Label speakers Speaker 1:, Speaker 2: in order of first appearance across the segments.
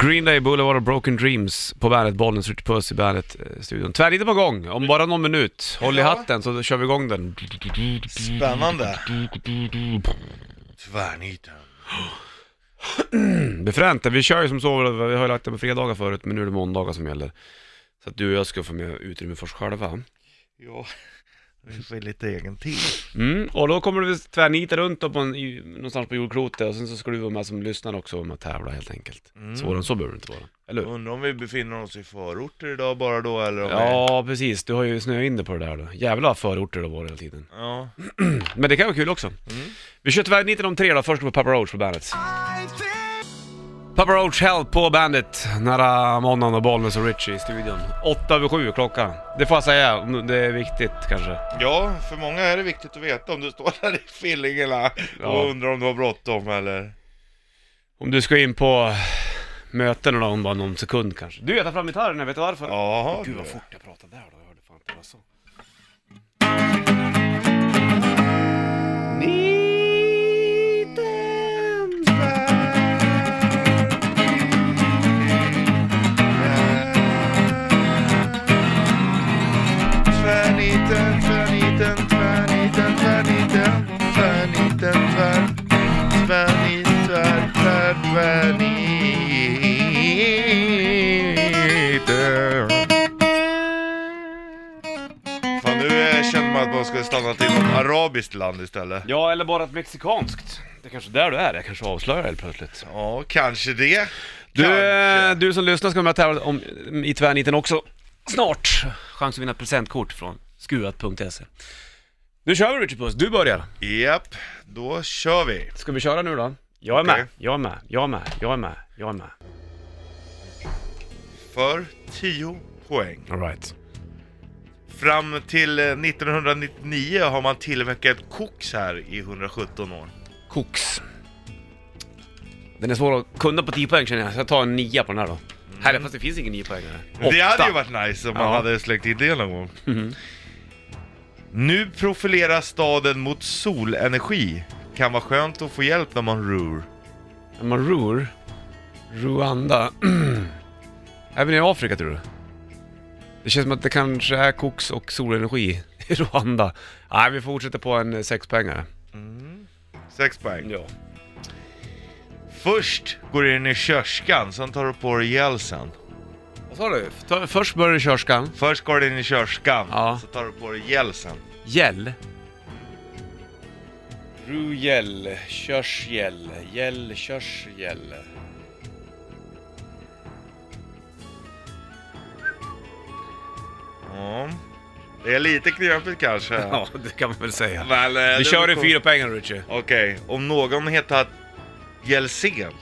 Speaker 1: Green Day, Boulevard och Broken Dreams på bandet, bollen Ritchie Puss i eh, bandet-studion. Tvärnide på gång, om bara någon minut. Håll i
Speaker 2: Ja.
Speaker 1: hatten så kör vi igång den.
Speaker 2: Spännande. Tvärniten.
Speaker 1: Det är fränt, vi kör ju som så, vi har ju lagt det på fredagar förut, men nu är det måndagar som gäller. Så att du och jag ska få mer utrymme för oss själva.
Speaker 2: Ja, vi får lite egen tid.
Speaker 1: Mm, och då kommer du tvärnita runt då på en, i, någonstans på jordklotet och sen så ska du vara med som lyssnare också och med och tävla helt enkelt. Svårare än så behöver det inte vara, eller hur?
Speaker 2: Undrar om vi befinner oss i förorter idag bara då eller om
Speaker 1: Ja, precis. Du har ju snöat in dig på det där då. Jävla förorter det var hela tiden.
Speaker 2: vi... Ja.
Speaker 1: Men det kan vara kul också. Vi kör tvärniten om tre då, först på Papa Roach på bandet. Papa Roach Help på bandet, nära måndagen och Bollnäs och Richie i studion. Åtta över sju klockan. Det får jag säga, om det är viktigt kanske.
Speaker 2: ja, för många är det viktigt att veta om du står där i Fillingelä
Speaker 1: Ja.
Speaker 2: och undrar om du har bråttom eller...
Speaker 1: Om du ska in på möten om bara någon sekund kanske. Du, jag tar fram gitarren, jag vet du varför?
Speaker 2: Jaha.
Speaker 1: Gud vad
Speaker 2: du.
Speaker 1: fort jag pratade där då, jag hörde fan inte vad jag sa. Niten
Speaker 2: Tvärniten, tvärniten, tvärniten, tvärniten, tvärniten, tvär, tvärnit, tvär, tvär, tvärniten. Fan, nu eh, känner man att man skulle stanna till något arabiskt land istället.
Speaker 1: Ja, eller bara ett mexikanskt. Det är kanske där du är, jag kanske avslöjar helt plötsligt.
Speaker 2: Ja, kanske det.
Speaker 1: Du, eh,
Speaker 2: kanske.
Speaker 1: du som lyssnar ska vara med och tävla om, i tvärniten också snart. Chans att vinna ett presentkort från skuat.se. Nu kör vi Richard Puss, du börjar.
Speaker 2: Japp, då kör vi.
Speaker 1: Ska vi köra nu då? Jag är
Speaker 2: Okej.
Speaker 1: med, jag är med, jag är med, jag är med, jag är med.
Speaker 2: För 10 poäng.
Speaker 1: Alright.
Speaker 2: Fram till eh, 1999 har man tillverkat koks här i 117 år.
Speaker 1: Koks. Den är svår att kunna på 10 poäng känner jag, så jag tar en 9 på den här då. Här, fast det finns ingen 9 poäng här.
Speaker 2: Det hade
Speaker 1: Åtta.
Speaker 2: ju varit nice om man
Speaker 1: Ja. Mhm.
Speaker 2: hade slängt in det någon gång. Nu profilerar staden mot solenergi. Kan vara skönt att få hjälp när man rur.
Speaker 1: När man ror, Rwanda. Även i Afrika tror du? Det känns som att det kanske är koks och solenergi i Rwanda. Nej, vi fortsätter på en eh, sexpoängare.
Speaker 2: Sex poäng.
Speaker 1: Ja.
Speaker 2: Först går du in i körskan, sen tar du på dig hjälsen.
Speaker 1: Vad sa du? Ta- Först börjar du körskan.
Speaker 2: Först går du in i körskan,
Speaker 1: Ja.
Speaker 2: så tar du på dig hjälsen.
Speaker 1: Gäll. Rujell, körsgäll, gäll, körsgäll.
Speaker 2: Ja. Det är lite knepigt kanske.
Speaker 1: Ja, det kan man väl säga.
Speaker 2: Men, eh,
Speaker 1: Vi
Speaker 2: det
Speaker 1: kör i
Speaker 2: beror på-
Speaker 1: fyra poängen Richie.
Speaker 2: Okej, om någon hetat Jelsen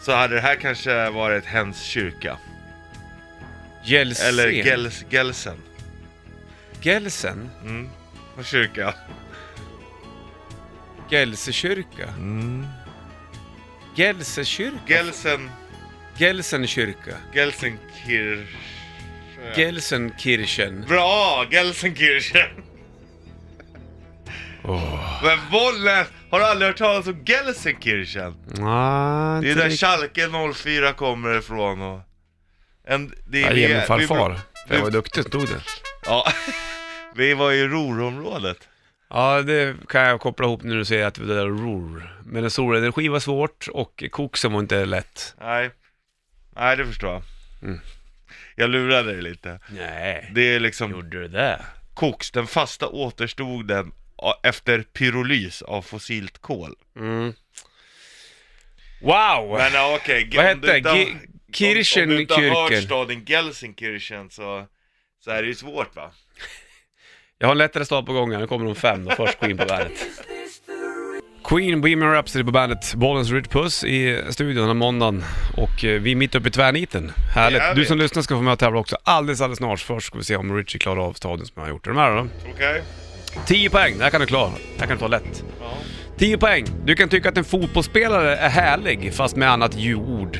Speaker 2: så hade det här kanske varit hens kyrka.
Speaker 1: Gällsen.
Speaker 2: Eller Gels, Gelsen.
Speaker 1: Gällsen?
Speaker 2: Mm. Och kyrka.
Speaker 1: Gällsekyrka?
Speaker 2: Mm.
Speaker 1: Gällsekyrka?
Speaker 2: Gelsen,
Speaker 1: Gelsenkyrka.
Speaker 2: Gelsenkirch.
Speaker 1: Gelsenkirchen.
Speaker 2: Bra! Gelsenkirchen. Men bollen! Har du aldrig hört talas om Gelsenkirchen?
Speaker 1: Ah,
Speaker 2: Det är där Schalke 04 kommer ifrån och... En, det är
Speaker 1: Jag ger min
Speaker 2: vi-
Speaker 1: farfar. För
Speaker 2: vi-
Speaker 1: jag var duktig som tog det.
Speaker 2: Ja. Vi var i Rorområdet.
Speaker 1: Ja, det kan jag koppla ihop när du säger att det där ror. Men solenergi var svårt och koksen var inte lätt.
Speaker 2: Nej, nej det förstår jag.
Speaker 1: Mm.
Speaker 2: Jag lurade dig lite.
Speaker 1: Nej.
Speaker 2: Det är liksom
Speaker 1: Gjorde du det?
Speaker 2: koks, den fasta återstoden a- efter pyrolys av fossilt kol.
Speaker 1: Mm. Wow!
Speaker 2: Men ja, okej,
Speaker 1: Vad
Speaker 2: om du
Speaker 1: hette det?
Speaker 2: inte har-
Speaker 1: Gi-
Speaker 2: Om, om du inte har hört
Speaker 1: Kirchenkyrken.
Speaker 2: staden Gelsenkirchen så, så är det ju svårt va?
Speaker 1: Jag har en lättare start på gången, nu kommer de fem då, först Queen på bandet. Queen, Bohemian Rhapsody på bandet, Bollens Rich Puss i studion den här måndagen och eh, vi är mitt uppe i tvärniten.
Speaker 2: Det
Speaker 1: Härligt!
Speaker 2: är
Speaker 1: Du
Speaker 2: vi.
Speaker 1: som lyssnar ska få med och tävla också alldeles, alldeles snart. Först ska vi se om Richie klarar av staden som jag har gjort. Är du med då?
Speaker 2: Okej?
Speaker 1: 10 poäng, det här kan du klara. Det här kan du ta lätt. 10 poäng. Du kan tycka att en fotbollsspelare är härlig fast med annat ju-ord.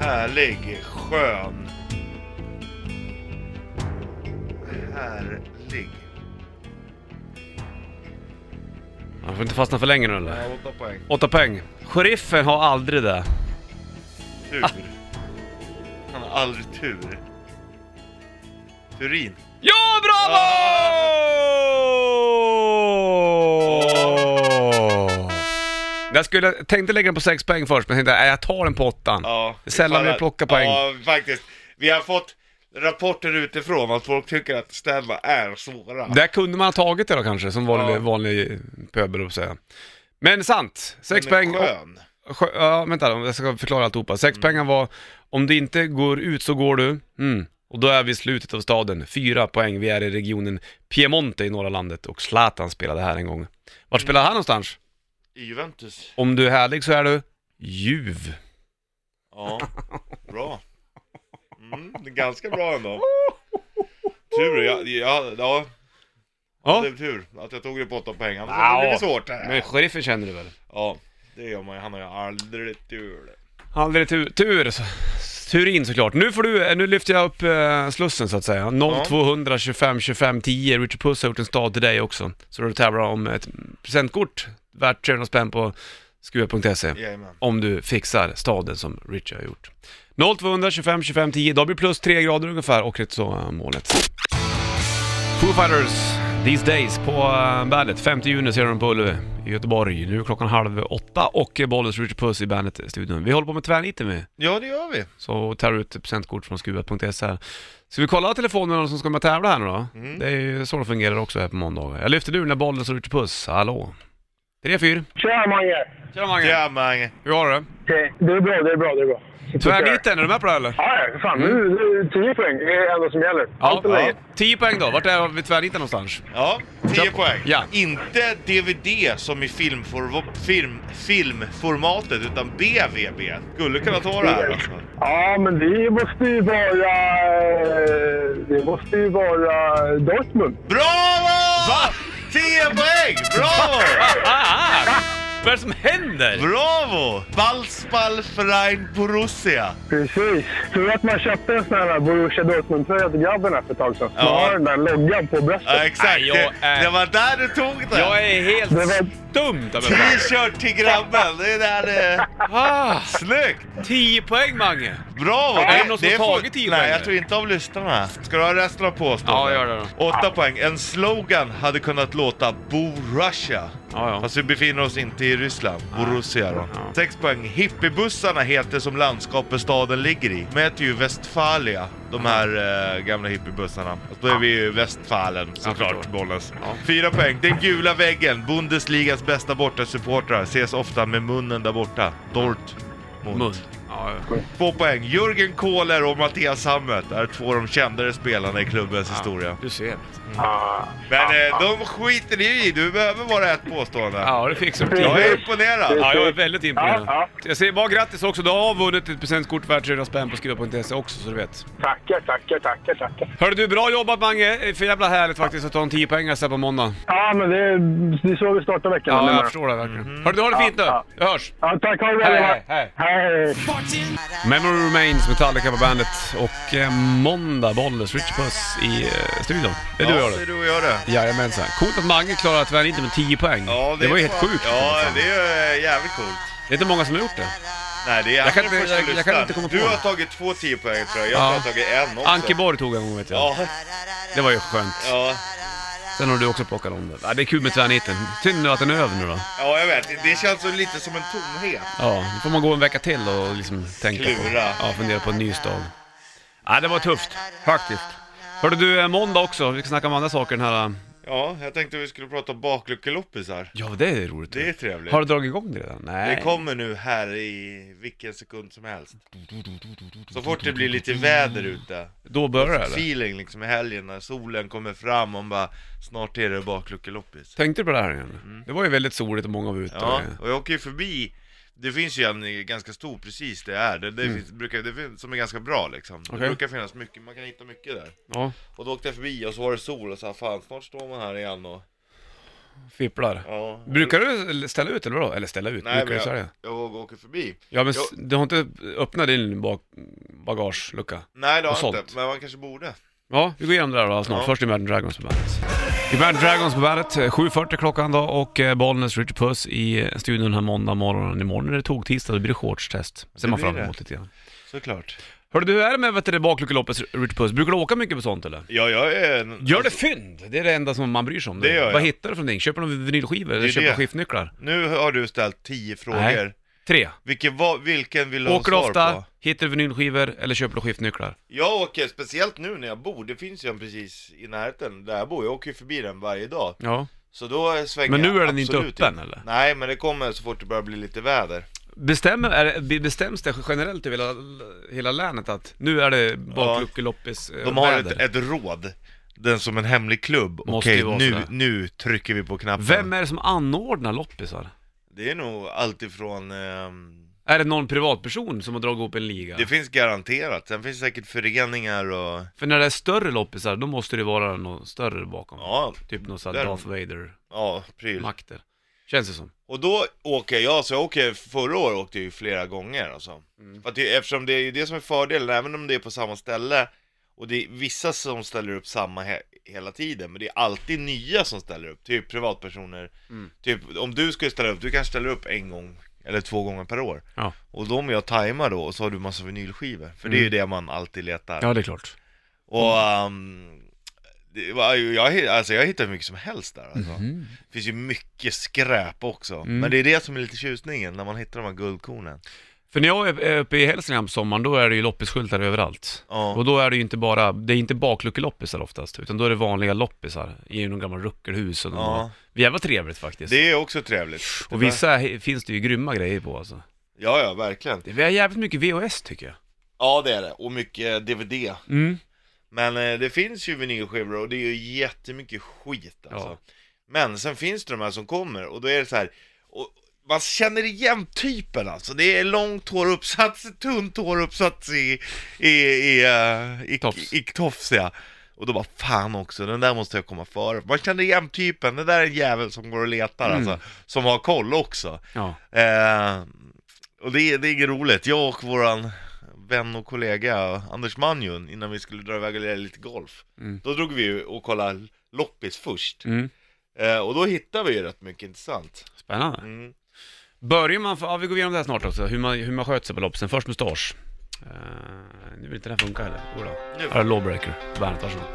Speaker 2: Härlig, skön. Härlig.
Speaker 1: Jag får inte fastna för länge nu eller?
Speaker 2: Ja, åtta poäng.
Speaker 1: 8 poäng. Sheriffen har aldrig det.
Speaker 2: Tur. Han har aldrig tur. Turin.
Speaker 1: Ja, bravo! Jag skulle, tänkte lägga den på 6 poäng först, men tänkte nej, jag tar den på 8.
Speaker 2: Ja.
Speaker 1: Det är sällan
Speaker 2: ifall
Speaker 1: vi
Speaker 2: att-
Speaker 1: plockar poäng.
Speaker 2: Ja, faktiskt. Vi har fått rapporter utifrån att folk tycker att städerna är svåra.
Speaker 1: Där kunde man ha tagit det då kanske, som vanlig,
Speaker 2: Ja.
Speaker 1: vanlig pöbel att säga. Men sant, 6
Speaker 2: Den är Mm.
Speaker 1: poäng.
Speaker 2: Skön.
Speaker 1: Sjö, ja, vänta, jag ska förklara alltihopa. Sexpengar var, om du inte går ut så går du. Mm. Och då är vi i slutet av staden. Fyra poäng, vi är i regionen Piemonte i norra landet och Zlatan spelade här en gång. Vart
Speaker 2: Mm.
Speaker 1: spelade han någonstans?
Speaker 2: I Juventus.
Speaker 1: Om du är härlig så är du ljuv.
Speaker 2: Ja, bra. Mm, det är ganska bra ändå. Tur, jag, jag, ja,
Speaker 1: Ja,
Speaker 2: det är tur att jag tog det på åtta poäng. Annars blir det svårt.
Speaker 1: men sheriffen känner du väl?
Speaker 2: Ja, det gör man ju. Han har ju aldrig tur.
Speaker 1: Aldrig tur, tur, tur in såklart. Nu får du, nu lyfter jag upp eh, slussen så att säga. 0200 25 25 10. Richard Puss har gjort en stad till dig också. Så du tävlar om ett presentkort värt 300 spänn på skua.se.
Speaker 2: Jajamän.
Speaker 1: Om du fixar staden som Richard har gjort. 0200 25 25 10. Då blir det plus 3 grader ungefär och rätt så eh, målet. Foo Fighters, These Days på uh, bandet. 5 juni ser de på Ullevi i Göteborg. Nu är klockan halv åtta och eh, Bollens Richard Puss i bandet-studion. Vi håller på med tvärniten med.
Speaker 2: Ja, det gör vi.
Speaker 1: Så tar du ut presentkort från skua.se här. Ska vi kolla telefonerna som ska med och tävla här nu då? Det är ju så det fungerar också här på måndagar. Jag lyfter luren när bollen så Richard Puss. Hallå? 3-4.
Speaker 3: Tjena Mange!
Speaker 1: Tjena Mange!
Speaker 2: Ja, Mange.
Speaker 1: Hur har du det?
Speaker 3: Okej, Det är bra, det är bra, det är bra.
Speaker 1: Tvärniten, är du med på det här, eller?
Speaker 3: Ja, ja, fan. Nu, nu, 10 poäng är det enda som gäller. Allt är
Speaker 1: Ja,
Speaker 3: läget.
Speaker 1: 10 poäng då. Vart är vi tvärniten någonstans?
Speaker 2: Ja, 10 poäng.
Speaker 1: Ja.
Speaker 2: Inte DVD som i filmfor- film, filmformatet, utan BVB. Skulle kunna ta det här alltså.
Speaker 3: Ja, men det måste ju vara... eh, Det måste ju vara Dortmund.
Speaker 2: Bravo! Va? 10 poäng! Bravo!
Speaker 1: Ah! Vad är det som händer?
Speaker 2: Bravo! Ballspall Frein Borussia.
Speaker 3: Precis. Tur att man köpte en sån här Borussia Dortmund-tröja till grabben här för ett tag sedan. Man
Speaker 2: Ja.
Speaker 3: har den där loggan på bröstet.
Speaker 2: Ja, exakt.
Speaker 1: Nej, jag är-
Speaker 2: Det, det var där du tog den.
Speaker 1: Jag är helt
Speaker 3: Det var-
Speaker 1: stumt av mig.
Speaker 2: T-shirt till grabben. Det är där... Eh...
Speaker 1: Ah,
Speaker 2: Snyggt!
Speaker 1: 10 poäng Mange!
Speaker 2: Bravo!
Speaker 1: Är det någon som har
Speaker 2: får-
Speaker 1: tagit tio
Speaker 2: Nej,
Speaker 1: poäng,
Speaker 2: jag
Speaker 1: eller?
Speaker 2: tror inte av lyssnarna. Ska du ha resten av
Speaker 1: Ja,
Speaker 2: påståendet?
Speaker 1: gör det då.
Speaker 2: Åtta poäng. En slogan hade kunnat låta Bo Russia.
Speaker 1: Ja, ja.
Speaker 2: Fast vi befinner oss inte i Ryssland. Borussia då.
Speaker 1: Ja.
Speaker 2: Sex poäng. Hippiebussarna heter som landskapet staden ligger i. De heter ju Westfalia, de här eh, gamla hippiebussarna. Och då är vi ju i Westfalen såklart,
Speaker 1: förstår.
Speaker 2: Bollnäs.
Speaker 1: Ja.
Speaker 2: Fyra poäng. Den gula väggen, Bundesligas bästa bortasupportrar, ses ofta med munnen där borta. Dortmund.
Speaker 1: Mun. Ja, ja.
Speaker 2: Två poäng. Jürgen Kohler och Mattias Hammert är två av de kändare spelarna i klubbens historia.
Speaker 1: Du ser.
Speaker 3: Ja.
Speaker 2: Men eh, de skiter ni i, du behöver bara ett påstående.
Speaker 1: Ja, det fixar du.
Speaker 2: Jag är imponerad.
Speaker 1: Ja, jag är väldigt imponerad.
Speaker 3: Ja,
Speaker 1: Jag säger bara grattis också, du har vunnit ett presentkort värt 300 spänn på skruva.se E också så du vet.
Speaker 3: Tackar, tackar, tackar, tackar.
Speaker 1: Hörru du, bra jobbat Mange! Eh, För jävla härligt faktiskt att ta en 10 poäng här sen på måndag.
Speaker 3: Ja, men det är, det är så vi startar
Speaker 1: Ja,
Speaker 3: veckan. menar
Speaker 1: jag
Speaker 3: jag.
Speaker 1: förstår det verkligen. Hörru du, har det fint nu!
Speaker 3: Ja,
Speaker 1: Jag hörs!
Speaker 3: Ja, tack. Ha det bra.
Speaker 1: Hej,
Speaker 3: grabbar.
Speaker 1: hej,
Speaker 3: hej.
Speaker 1: Memory Remains, Metallica på bandet och eh, måndag, Bollnäs, Rich Puss i eh, studion. Det är du och
Speaker 2: ja,
Speaker 1: jag
Speaker 2: det är
Speaker 1: det.
Speaker 2: du och jag det.
Speaker 1: Jajamensan. Coolt att Mange klarade tyvärr inte med 10 poäng.
Speaker 2: Ja,
Speaker 1: det, var ju
Speaker 2: är
Speaker 1: helt
Speaker 2: fan-
Speaker 1: sjukt.
Speaker 2: Ja, det är ju jävligt coolt.
Speaker 1: Det är inte många som har gjort det.
Speaker 2: Nej, det är
Speaker 1: Jag kan
Speaker 2: andra
Speaker 1: inte-
Speaker 2: första
Speaker 1: jag- jag kan
Speaker 2: listan.
Speaker 1: inte komma på
Speaker 2: Du har
Speaker 1: det.
Speaker 2: tagit två 10 poäng tror jag. Jag
Speaker 1: Ja.
Speaker 2: har tagit en också.
Speaker 1: Anke Borg tog en gång vet jag.
Speaker 2: Ja,
Speaker 1: Det var ju skönt.
Speaker 2: ja.
Speaker 1: Sen har du också plockat om det. Ja, det är kul med tvärniten. Synd nu att den är över nu då.
Speaker 2: ja, jag vet. Det känns så lite som en tomhet.
Speaker 1: Ja, nu får man gå en vecka till och liksom tänka på.
Speaker 2: Klura.
Speaker 1: Ja, fundera på en ny stad. Ja, det var tufft. Faktiskt. Hörde du, eh, måndag också. Vi ska snacka om andra saker den här...
Speaker 2: Ja, jag tänkte vi skulle prata bakluckeloppisar.
Speaker 1: Ja, det är roligt.
Speaker 2: Det är trevligt.
Speaker 1: Har du dragit igång det redan? Nej.
Speaker 2: Det kommer nu här i vilken sekund som helst. Så fort det blir lite väder ute.
Speaker 1: Då börjar det eller?
Speaker 2: Feeling liksom i helgen när solen kommer fram och bara snart är det bakluckeloppis.
Speaker 1: Tänkte du på det här igen? Det var ju väldigt soligt och många var ute.
Speaker 2: Mm. Ja,
Speaker 1: och-
Speaker 2: och jag åker ju förbi det finns ju en ganska stor precis det är, det, det finns, brukar, det finns, som är ganska bra liksom. Det
Speaker 1: Mm. Okej.
Speaker 2: brukar finnas mycket, man kan hitta mycket där.
Speaker 1: ja
Speaker 2: Och då åkte jag förbi och så var det sol och så här, fan snart står man här igen och...
Speaker 1: fipplar.
Speaker 2: Ja.
Speaker 1: Brukar du ställa ut eller vadå? Eller ställa ut?
Speaker 2: Nej
Speaker 1: Brukar
Speaker 2: men
Speaker 1: du
Speaker 2: jag,
Speaker 1: sälja?
Speaker 2: jag vågar åka förbi.
Speaker 1: Ja men s- du har inte öppnat din bak- bagagelucka?
Speaker 2: Nej det har
Speaker 1: Och
Speaker 2: jag inte,
Speaker 1: sålt.
Speaker 2: men man kanske borde.
Speaker 1: Ja, vi går igenom det där då snart.
Speaker 2: Ja.
Speaker 1: Först Imagine Dragons på bandet. Imagine Dragons på bandet, eh, 7.40 klockan då och eh, Bollnäs Richard Puss i eh, studion den här måndag morgonen. Imorgon är det tågtisdag, då blir det shortstest. Ser
Speaker 2: Det
Speaker 1: man
Speaker 2: blir
Speaker 1: fram emot
Speaker 2: det.
Speaker 1: lite grann.
Speaker 2: Såklart.
Speaker 1: Hörru du, hur är det med vet du, det bakluckeloppet Richard Puss? Brukar du åka mycket på sånt eller?
Speaker 2: Ja, jag är... En...
Speaker 1: Gör det fynd! Det är det enda som man bryr sig om.
Speaker 2: Det gör jag.
Speaker 1: Vad hittar du för någonting? Köper du någon vinylskivor eller
Speaker 2: Det är
Speaker 1: köper du
Speaker 2: det.
Speaker 1: skiftnycklar?
Speaker 2: Nu har du ställt tio frågor.
Speaker 1: Tre.
Speaker 2: Vilken, va, vilken vill du
Speaker 1: Åker du
Speaker 2: ha svar
Speaker 1: ofta,
Speaker 2: på?
Speaker 1: hittar du vinylskivor eller köper du skiftnycklar?
Speaker 2: Jag åker, speciellt nu när jag bor, det finns ju en precis i närheten där jag bor, jag åker ju förbi den varje dag.
Speaker 1: Ja.
Speaker 2: Så då svänger
Speaker 1: Men nu
Speaker 2: jag
Speaker 1: är den inte
Speaker 2: absolut
Speaker 1: öppen, eller?
Speaker 2: Nej, men det kommer så fort det börjar bli lite väder.
Speaker 1: Bestämmer, är det, bestäms det generellt över hela, hela länet att nu är det bakluckeloppis eh,
Speaker 2: De har
Speaker 1: väder?
Speaker 2: ett, ett råd, den som en hemlig klubb.
Speaker 1: Måste
Speaker 2: Okej,
Speaker 1: ju vara
Speaker 2: nu,
Speaker 1: sådär.
Speaker 2: nu trycker vi på knappen.
Speaker 1: Vem är det som anordnar loppisar?
Speaker 2: Det är nog alltifrån... ehm,
Speaker 1: Är det någon privatperson som har dragit ihop en liga?
Speaker 2: Det finns garanterat, sen finns det säkert föreningar och...
Speaker 1: För när det är större loppisar, då måste det vara något större bakom.
Speaker 2: Ja,
Speaker 1: Typ någon sån
Speaker 2: Där-
Speaker 1: här Darth Vader-makter.
Speaker 2: ja, pryl.
Speaker 1: Känns det som.
Speaker 2: Och då åker jag, så jag åker, förra året åkte jag ju flera gånger alltså. För att det, eftersom det är ju det som är fördelen, även om det är på samma ställe och det är vissa som ställer upp samma he- hela tiden, men det är alltid nya som ställer upp, typ privatpersoner Typ om du skulle ställa upp, du kanske ställer upp en gång eller två gånger per år
Speaker 1: Ja.
Speaker 2: Och de jag tajmar då, och så har du massa vinylskivor, för det är ju det man alltid letar
Speaker 1: Ja, det är klart.
Speaker 2: och ehm, det var ju, jag, hitt- alltså jag hittar hur mycket som helst där alltså.
Speaker 1: Mhm.
Speaker 2: Det finns ju mycket skräp också.
Speaker 1: Mm.
Speaker 2: Men det är det som är lite tjusningen, när man hittar de här guldkornen.
Speaker 1: För när jag är uppe i Hälsingland på sommaren, då är det ju loppisskyltar överallt.
Speaker 2: Ja.
Speaker 1: Och då är det ju inte bara, det är inte bakluckeloppisar oftast, utan då är det vanliga loppisar i någon gammal ruckelhus och ja.
Speaker 2: Ja.
Speaker 1: Jävla trevligt faktiskt.
Speaker 2: Det är också trevligt.
Speaker 1: Och vissa he- finns det ju grymma grejer på alltså.
Speaker 2: Ja, ja, verkligen.
Speaker 1: Det- Vi har jävligt mycket VHS tycker jag.
Speaker 2: Ja, det är det. Och mycket DVD.
Speaker 1: Mm.
Speaker 2: Men eh, det finns ju vinylskivor och det är ju jättemycket skit alltså.
Speaker 1: Ja.
Speaker 2: Men sen finns det de här som kommer och då är det så här. Och man känner igen typen alltså. Det är långt hår uppsats, tunt hår uppsats i, i, i, eh, i,
Speaker 1: Tofs.
Speaker 2: i, i tofs ja. Och då bara fan också, den där måste jag komma före. Man känner igen typen, den där är en jävel som går och letar
Speaker 1: Mm.
Speaker 2: alltså. Som har koll också.
Speaker 1: Ja.
Speaker 2: Eh, och det, är- det är roligt, jag och våran vän och kollega Anders Manjun innan vi skulle dra iväg och lira lite golf Då drog vi ju och kollade loppis först
Speaker 1: Mm.
Speaker 2: eh, Och då hittade vi ju rätt mycket intressant
Speaker 1: Spännande.
Speaker 2: Mm.
Speaker 1: Börjar man, för, ja vi går igenom det här snart också, hur man, hur man sköter sig på loppisen. Först mustasch. Uh, nu vill inte den här funka heller. Jodå.
Speaker 2: Nu.
Speaker 1: Här är Lawbreaker på bandet, varsågod.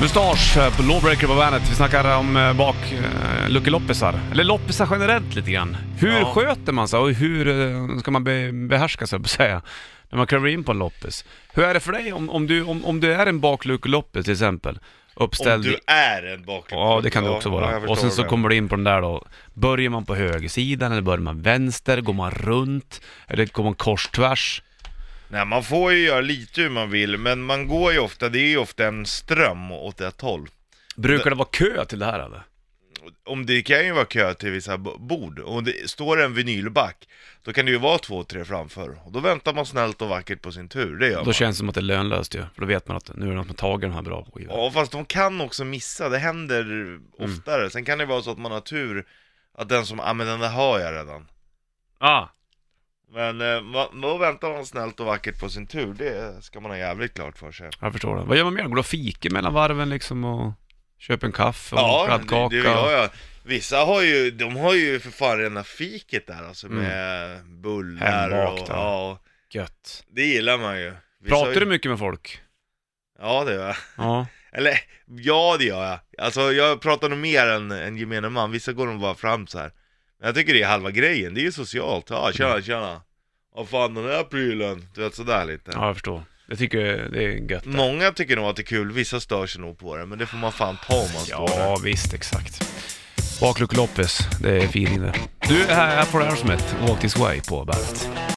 Speaker 1: Mustasch eh, på Lawbreaker på bandet. Vi snackar om eh, bak eh, luckeloppisar. Eller loppisar generellt lite grann. Hur
Speaker 2: Ja.
Speaker 1: sköter man sig och hur eh, ska man be, behärska sig, höll jag på att säga, när man kliver in på en loppis? Hur är det för dig om, om, du, om, om du är en bakluckeloppis till exempel? Uppställd
Speaker 2: Om
Speaker 1: i-
Speaker 2: du är en bakgrund
Speaker 1: Ja, det kan det också vara.
Speaker 2: jag förstår
Speaker 1: och sen så
Speaker 2: det.
Speaker 1: kommer du in på den där då. Börjar man på högersidan eller börjar man vänster? Går man runt? Eller går man kors tvärs?
Speaker 2: Nej man får ju göra lite hur man vill men man går ju ofta, det är ju ofta en ström åt ett håll
Speaker 1: Brukar det vara kö till det här eller?
Speaker 2: om det kan ju vara kö till vissa b- bord, och om det står en vinylback, då kan det ju vara två, tre framför. Och då väntar man snällt och vackert på sin tur, det gör
Speaker 1: Då
Speaker 2: man.
Speaker 1: känns det som att det är lönlöst ju. För då vet man att nu är det någon som har tagit de här bra skivorna.
Speaker 2: Ja, fast de kan också missa, det händer oftare. Sen kan det vara så att man har tur, att den som, ja ah, men den där har jag redan.
Speaker 1: Ah,
Speaker 2: Men eh, ma- då väntar man snällt och vackert på sin tur, det ska man ha jävligt klart för sig.
Speaker 1: jag förstår det. Vad gör man mer? Går du och fika mellan varven liksom och köper en kaffe och en
Speaker 2: Ja, det,
Speaker 1: kladdkaka?
Speaker 2: det, ja, ja. Vissa har ju, de har ju för fan rena fiket där alltså med bullar och,
Speaker 1: Mm. Hembakt, ja.
Speaker 2: ja, och,
Speaker 1: Gött.
Speaker 2: det gillar man ju. Vissa har
Speaker 1: Pratar
Speaker 2: ju...
Speaker 1: du mycket med folk?
Speaker 2: Ja det gör jag.
Speaker 1: Ja.
Speaker 2: Eller, ja det gör jag. Alltså jag pratar nog mer än, än gemene man, vissa går nog bara fram så här. Men jag tycker det är halva grejen, det är ju socialt. Ja
Speaker 1: Mm.
Speaker 2: tjena tjena. Vad fan den här prylen? Du vet sådär lite.
Speaker 1: ja, jag förstår. Jag tycker det är gött.
Speaker 2: Många tycker nog att det är kul, vissa stör sig nog på det, men det får man fan ta om man står där.
Speaker 1: Ja, visst, exakt. Bakluckeloppis, det är feeling det. Du, här, här får du Aerosmith, Walk This Way på bandet.